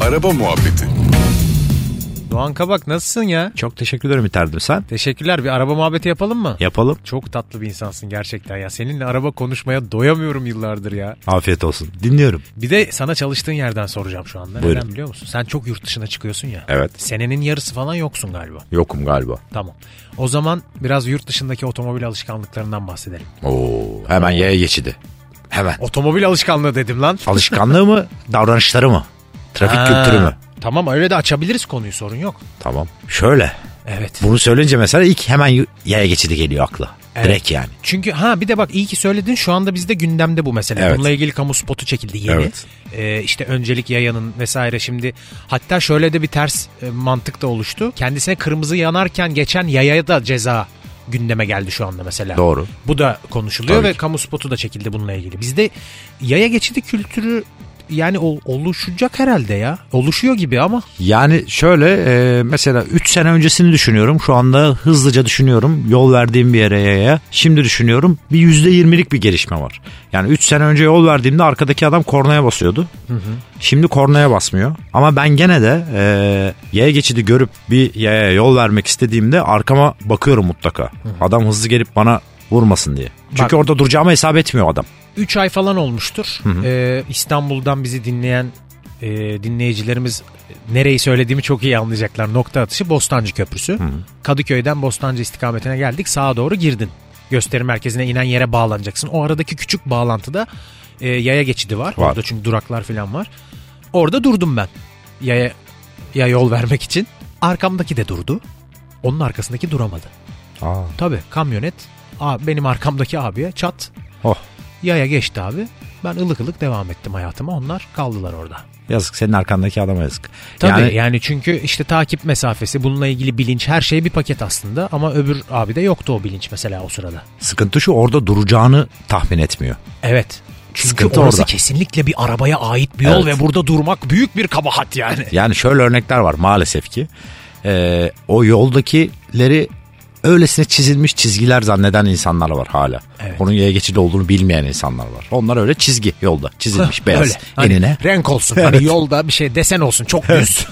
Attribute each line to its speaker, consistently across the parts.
Speaker 1: Araba muhabbeti.
Speaker 2: Doğan Kabak nasılsın ya?
Speaker 3: Çok teşekkür ederim İterdim sen.
Speaker 2: Teşekkürler bir araba muhabbeti yapalım mı?
Speaker 3: Yapalım.
Speaker 2: Çok tatlı bir insansın gerçekten ya. Seninle araba konuşmaya doyamıyorum yıllardır ya.
Speaker 3: Afiyet olsun. Dinliyorum.
Speaker 2: Bir de sana çalıştığın yerden soracağım şu anda.
Speaker 3: Buyurun.
Speaker 2: Neden biliyor musun? Sen çok yurt dışına çıkıyorsun ya.
Speaker 3: Evet.
Speaker 2: Senenin yarısı falan yoksun galiba.
Speaker 3: Yokum galiba.
Speaker 2: Tamam. O zaman biraz yurt dışındaki otomobil alışkanlıklarından bahsedelim.
Speaker 3: Oo, hemen yaya geçidi. Hemen.
Speaker 2: Otomobil alışkanlığı dedim lan.
Speaker 3: Alışkanlığı mı? Davranışları mı? Trafik
Speaker 2: Ha,
Speaker 3: kültürü mü?
Speaker 2: Tamam öyle de açabiliriz konuyu sorun yok.
Speaker 3: Tamam. Şöyle.
Speaker 2: Evet.
Speaker 3: Bunu söyleyince mesela ilk hemen y- yaya geçidi geliyor akla.
Speaker 2: Evet.
Speaker 3: Direkt yani.
Speaker 2: Çünkü ha bir de bak iyi ki söyledin şu anda bizde gündemde bu mesele.
Speaker 3: Evet.
Speaker 2: Bununla ilgili kamu spotu çekildi yeni.
Speaker 3: Evet.
Speaker 2: Ee, işte öncelik yayanın vesaire şimdi. Hatta şöyle de bir ters e, mantık da oluştu. Kendisine kırmızı yanarken geçen yayaya da ceza gündeme geldi şu anda mesela.
Speaker 3: Doğru.
Speaker 2: Bu da konuşuluyor
Speaker 3: Tabii
Speaker 2: ve
Speaker 3: ki.
Speaker 2: kamu spotu da çekildi bununla ilgili. Bizde yaya geçidi kültürü yani ol- oluşacak herhalde ya. Oluşuyor gibi ama.
Speaker 3: Yani şöyle e, mesela 3 sene öncesini düşünüyorum. Şu anda hızlıca düşünüyorum. Yol verdiğim bir yere yaya. Şimdi düşünüyorum bir %20'lik bir gelişme var. Yani 3 sene önce yol verdiğimde arkadaki adam kornaya basıyordu. Şimdi kornaya basmıyor. Ama ben gene de e, yaya geçidi görüp bir yaya yol vermek istediğimde arkama bakıyorum mutlaka. Adam hızlı gelip bana vurmasın diye. Çünkü
Speaker 2: Bak-
Speaker 3: orada duracağıma hesap etmiyor adam.
Speaker 2: 3 ay falan olmuştur. Ee, İstanbul'dan bizi dinleyen e, dinleyicilerimiz nereyi söylediğimi çok iyi anlayacaklar. Nokta atışı Bostancı Köprüsü. Kadıköy'den Bostancı istikametine geldik. Sağa doğru girdin. Gösteri merkezine inen yere bağlanacaksın. O aradaki küçük bağlantıda e, yaya geçidi var.
Speaker 3: Var.
Speaker 2: Orada çünkü duraklar falan var. Orada durdum ben. Yaya ya yol vermek için. Arkamdaki de durdu. Onun arkasındaki duramadı.
Speaker 3: Aa.
Speaker 2: Tabii kamyonet a- benim arkamdaki abiye çat
Speaker 3: Oh
Speaker 2: Yaya geçti abi. Ben ılık ılık devam ettim hayatıma. Onlar kaldılar orada.
Speaker 3: yazık senin arkandaki adama yazık.
Speaker 2: Tabii yani,
Speaker 3: Yani-
Speaker 2: çünkü işte takip mesafesi, bununla ilgili bilinç her şey bir paket aslında. Ama öbür abi de yoktu o bilinç mesela o sırada.
Speaker 3: Sıkıntı şu orada duracağını tahmin etmiyor.
Speaker 2: Evet. Çünkü
Speaker 3: Sıkıntı
Speaker 2: orası
Speaker 3: orada.
Speaker 2: kesinlikle bir arabaya ait bir yol
Speaker 3: Evet.
Speaker 2: ve burada durmak büyük bir kabahat yani.
Speaker 3: Yani şöyle örnekler var maalesef ki. Ee, o yoldakileri öylesine çizilmiş çizgiler zanneden insanlar var hala.
Speaker 2: Evet.
Speaker 3: Onun yaya geçidi olduğunu bilmeyen insanlar var. Onlar öyle çizgi yolda çizilmiş beyaz
Speaker 2: Öyle. Hani
Speaker 3: enine.
Speaker 2: renk olsun. Hani yolda bir şey desen olsun. Çok düz.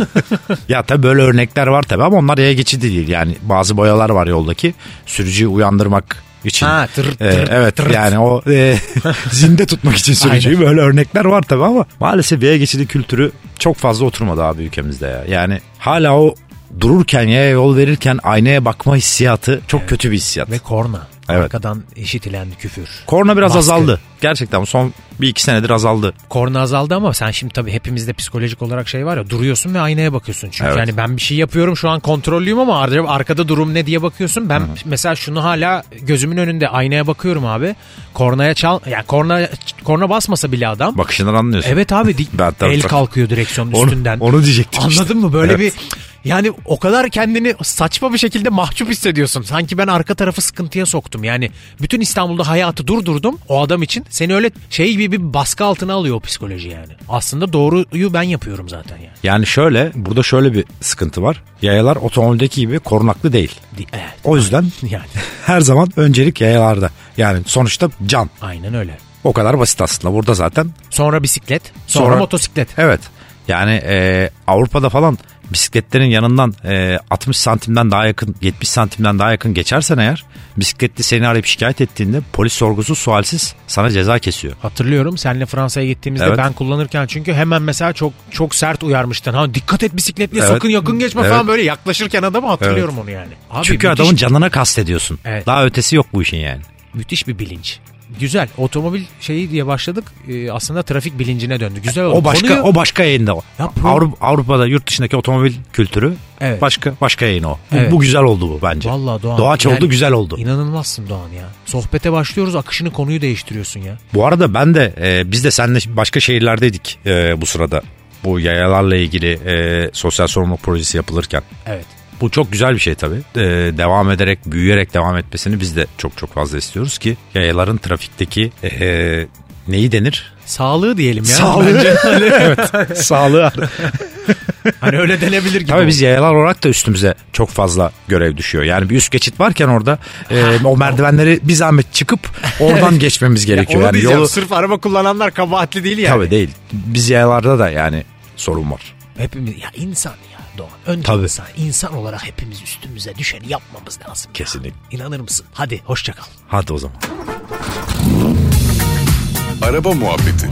Speaker 3: Ya tabii böyle örnekler var tabii ama onlar yaya geçidi değil. Yani bazı boyalar var yoldaki sürücüyü uyandırmak için.
Speaker 2: Ha, tır,
Speaker 3: Ee,
Speaker 2: tır,
Speaker 3: evet
Speaker 2: tır.
Speaker 3: yani o e, zinde tutmak için sürücüyü böyle örnekler var tabii ama maalesef yaya geçidi kültürü çok fazla oturmadı abi ülkemizde ya. Yani hala o dururken ya yol verirken aynaya bakma hissiyatı çok kötü bir hissiyat.
Speaker 2: ve korna.
Speaker 3: Evet.
Speaker 2: Arkadan işitilen küfür.
Speaker 3: Korna biraz
Speaker 2: Baskı.
Speaker 3: azaldı. Gerçekten son bir iki senedir azaldı.
Speaker 2: korna azaldı ama sen şimdi tabii hepimizde psikolojik olarak şey var ya duruyorsun ve aynaya bakıyorsun. Çünkü
Speaker 3: Evet.
Speaker 2: yani ben bir şey yapıyorum şu an kontrollüyüm ama ar- arkada durum ne diye bakıyorsun. Ben mesela şunu hala gözümün önünde aynaya bakıyorum abi. Kornaya çal yani korna korna basmasa bile adam.
Speaker 3: Bakışından anlıyorsun.
Speaker 2: Evet abi dik
Speaker 3: Ben tabii-
Speaker 2: el kalkıyor direksiyonun
Speaker 3: Onu,
Speaker 2: üstünden.
Speaker 3: onu diyecektim işte.
Speaker 2: Anladın mı? Böyle
Speaker 3: Evet.
Speaker 2: bir yani o kadar kendini saçma bir şekilde mahcup hissediyorsun. Sanki ben arka tarafı sıkıntıya soktum. Yani bütün İstanbul'da hayatı durdurdum o adam için. Seni öyle şey gibi bir baskı altına alıyor o psikoloji yani. Aslında doğruyu ben yapıyorum zaten yani.
Speaker 3: Yani şöyle burada şöyle bir sıkıntı var. Yayalar otomobildeki gibi korunaklı değil.
Speaker 2: Di- Evet.
Speaker 3: O yüzden
Speaker 2: Yani
Speaker 3: her zaman öncelik yayalarda. Yani sonuçta can.
Speaker 2: aynen öyle.
Speaker 3: O kadar basit aslında burada zaten.
Speaker 2: Sonra bisiklet, sonra,
Speaker 3: Sonra-
Speaker 2: motosiklet.
Speaker 3: Evet. Yani e, Avrupa'da falan bisikletlerin yanından e, 60 santimden daha yakın 70 santimden daha yakın geçersen eğer bisikletli seni arayıp şikayet ettiğinde polis sorgusu sualsiz sana ceza kesiyor.
Speaker 2: Hatırlıyorum senle Fransa'ya gittiğimizde
Speaker 3: Evet.
Speaker 2: ben kullanırken çünkü hemen mesela çok çok sert uyarmıştın. Ha dikkat et bisikletle
Speaker 3: Evet.
Speaker 2: sakın yakın geçme
Speaker 3: Evet.
Speaker 2: falan böyle yaklaşırken adamı hatırlıyorum onu yani. Abi
Speaker 3: Çünkü
Speaker 2: müthiş
Speaker 3: adamın canına kastediyorsun.
Speaker 2: Evet.
Speaker 3: Daha ötesi yok bu işin yani.
Speaker 2: müthiş bir bilinç. Güzel. Otomobil şeyi diye başladık. Ee, aslında trafik bilincine döndü. Güzel oldu.
Speaker 3: O başka
Speaker 2: Konuyu-
Speaker 3: o başka yayında o.
Speaker 2: Ya pro-
Speaker 3: Avru- Avrupa'da yurt dışındaki otomobil kültürü
Speaker 2: Evet.
Speaker 3: başka başka yayın o. Bu,
Speaker 2: Evet.
Speaker 3: bu güzel oldu bu bence.
Speaker 2: Vallahi Doğan.
Speaker 3: Doğaç
Speaker 2: yani
Speaker 3: oldu güzel oldu.
Speaker 2: İnanılmazsın Doğan ya. Sohbete başlıyoruz akışını konuyu değiştiriyorsun ya.
Speaker 3: Bu arada ben de e, biz de seninle başka şehirlerdeydik e, bu sırada. Bu yayalarla ilgili e, sosyal sorumluluk projesi yapılırken.
Speaker 2: Evet.
Speaker 3: Bu çok güzel bir şey tabii. E, devam ederek, büyüyerek devam etmesini biz de çok çok fazla istiyoruz ki yayaların trafikteki e, neyi denir?
Speaker 2: Sağlığı diyelim ya.
Speaker 3: Sağlığı.
Speaker 2: Bence hani,
Speaker 3: Sağlığı.
Speaker 2: hani öyle denebilir gibi.
Speaker 3: tabii biz yayalar olarak da üstümüze çok fazla görev düşüyor. Yani bir üst geçit varken orada e, o merdivenleri bir zahmet çıkıp oradan geçmemiz gerekiyor.
Speaker 2: Onu
Speaker 3: yani
Speaker 2: diyeceğim. Sırf araba kullananlar kabahatli değil yani.
Speaker 3: Tabii değil. Biz yayalarda da yani sorun var.
Speaker 2: Hepimiz ya insan ya Doğan. Önce
Speaker 3: Tabii.
Speaker 2: insan. İnsan olarak hepimiz üstümüze düşeni yapmamız lazım. ya.
Speaker 3: Kesinlikle.
Speaker 2: İnanır mısın? Hadi hoşça kal.
Speaker 3: Hadi o zaman.
Speaker 1: Araba Muhabbeti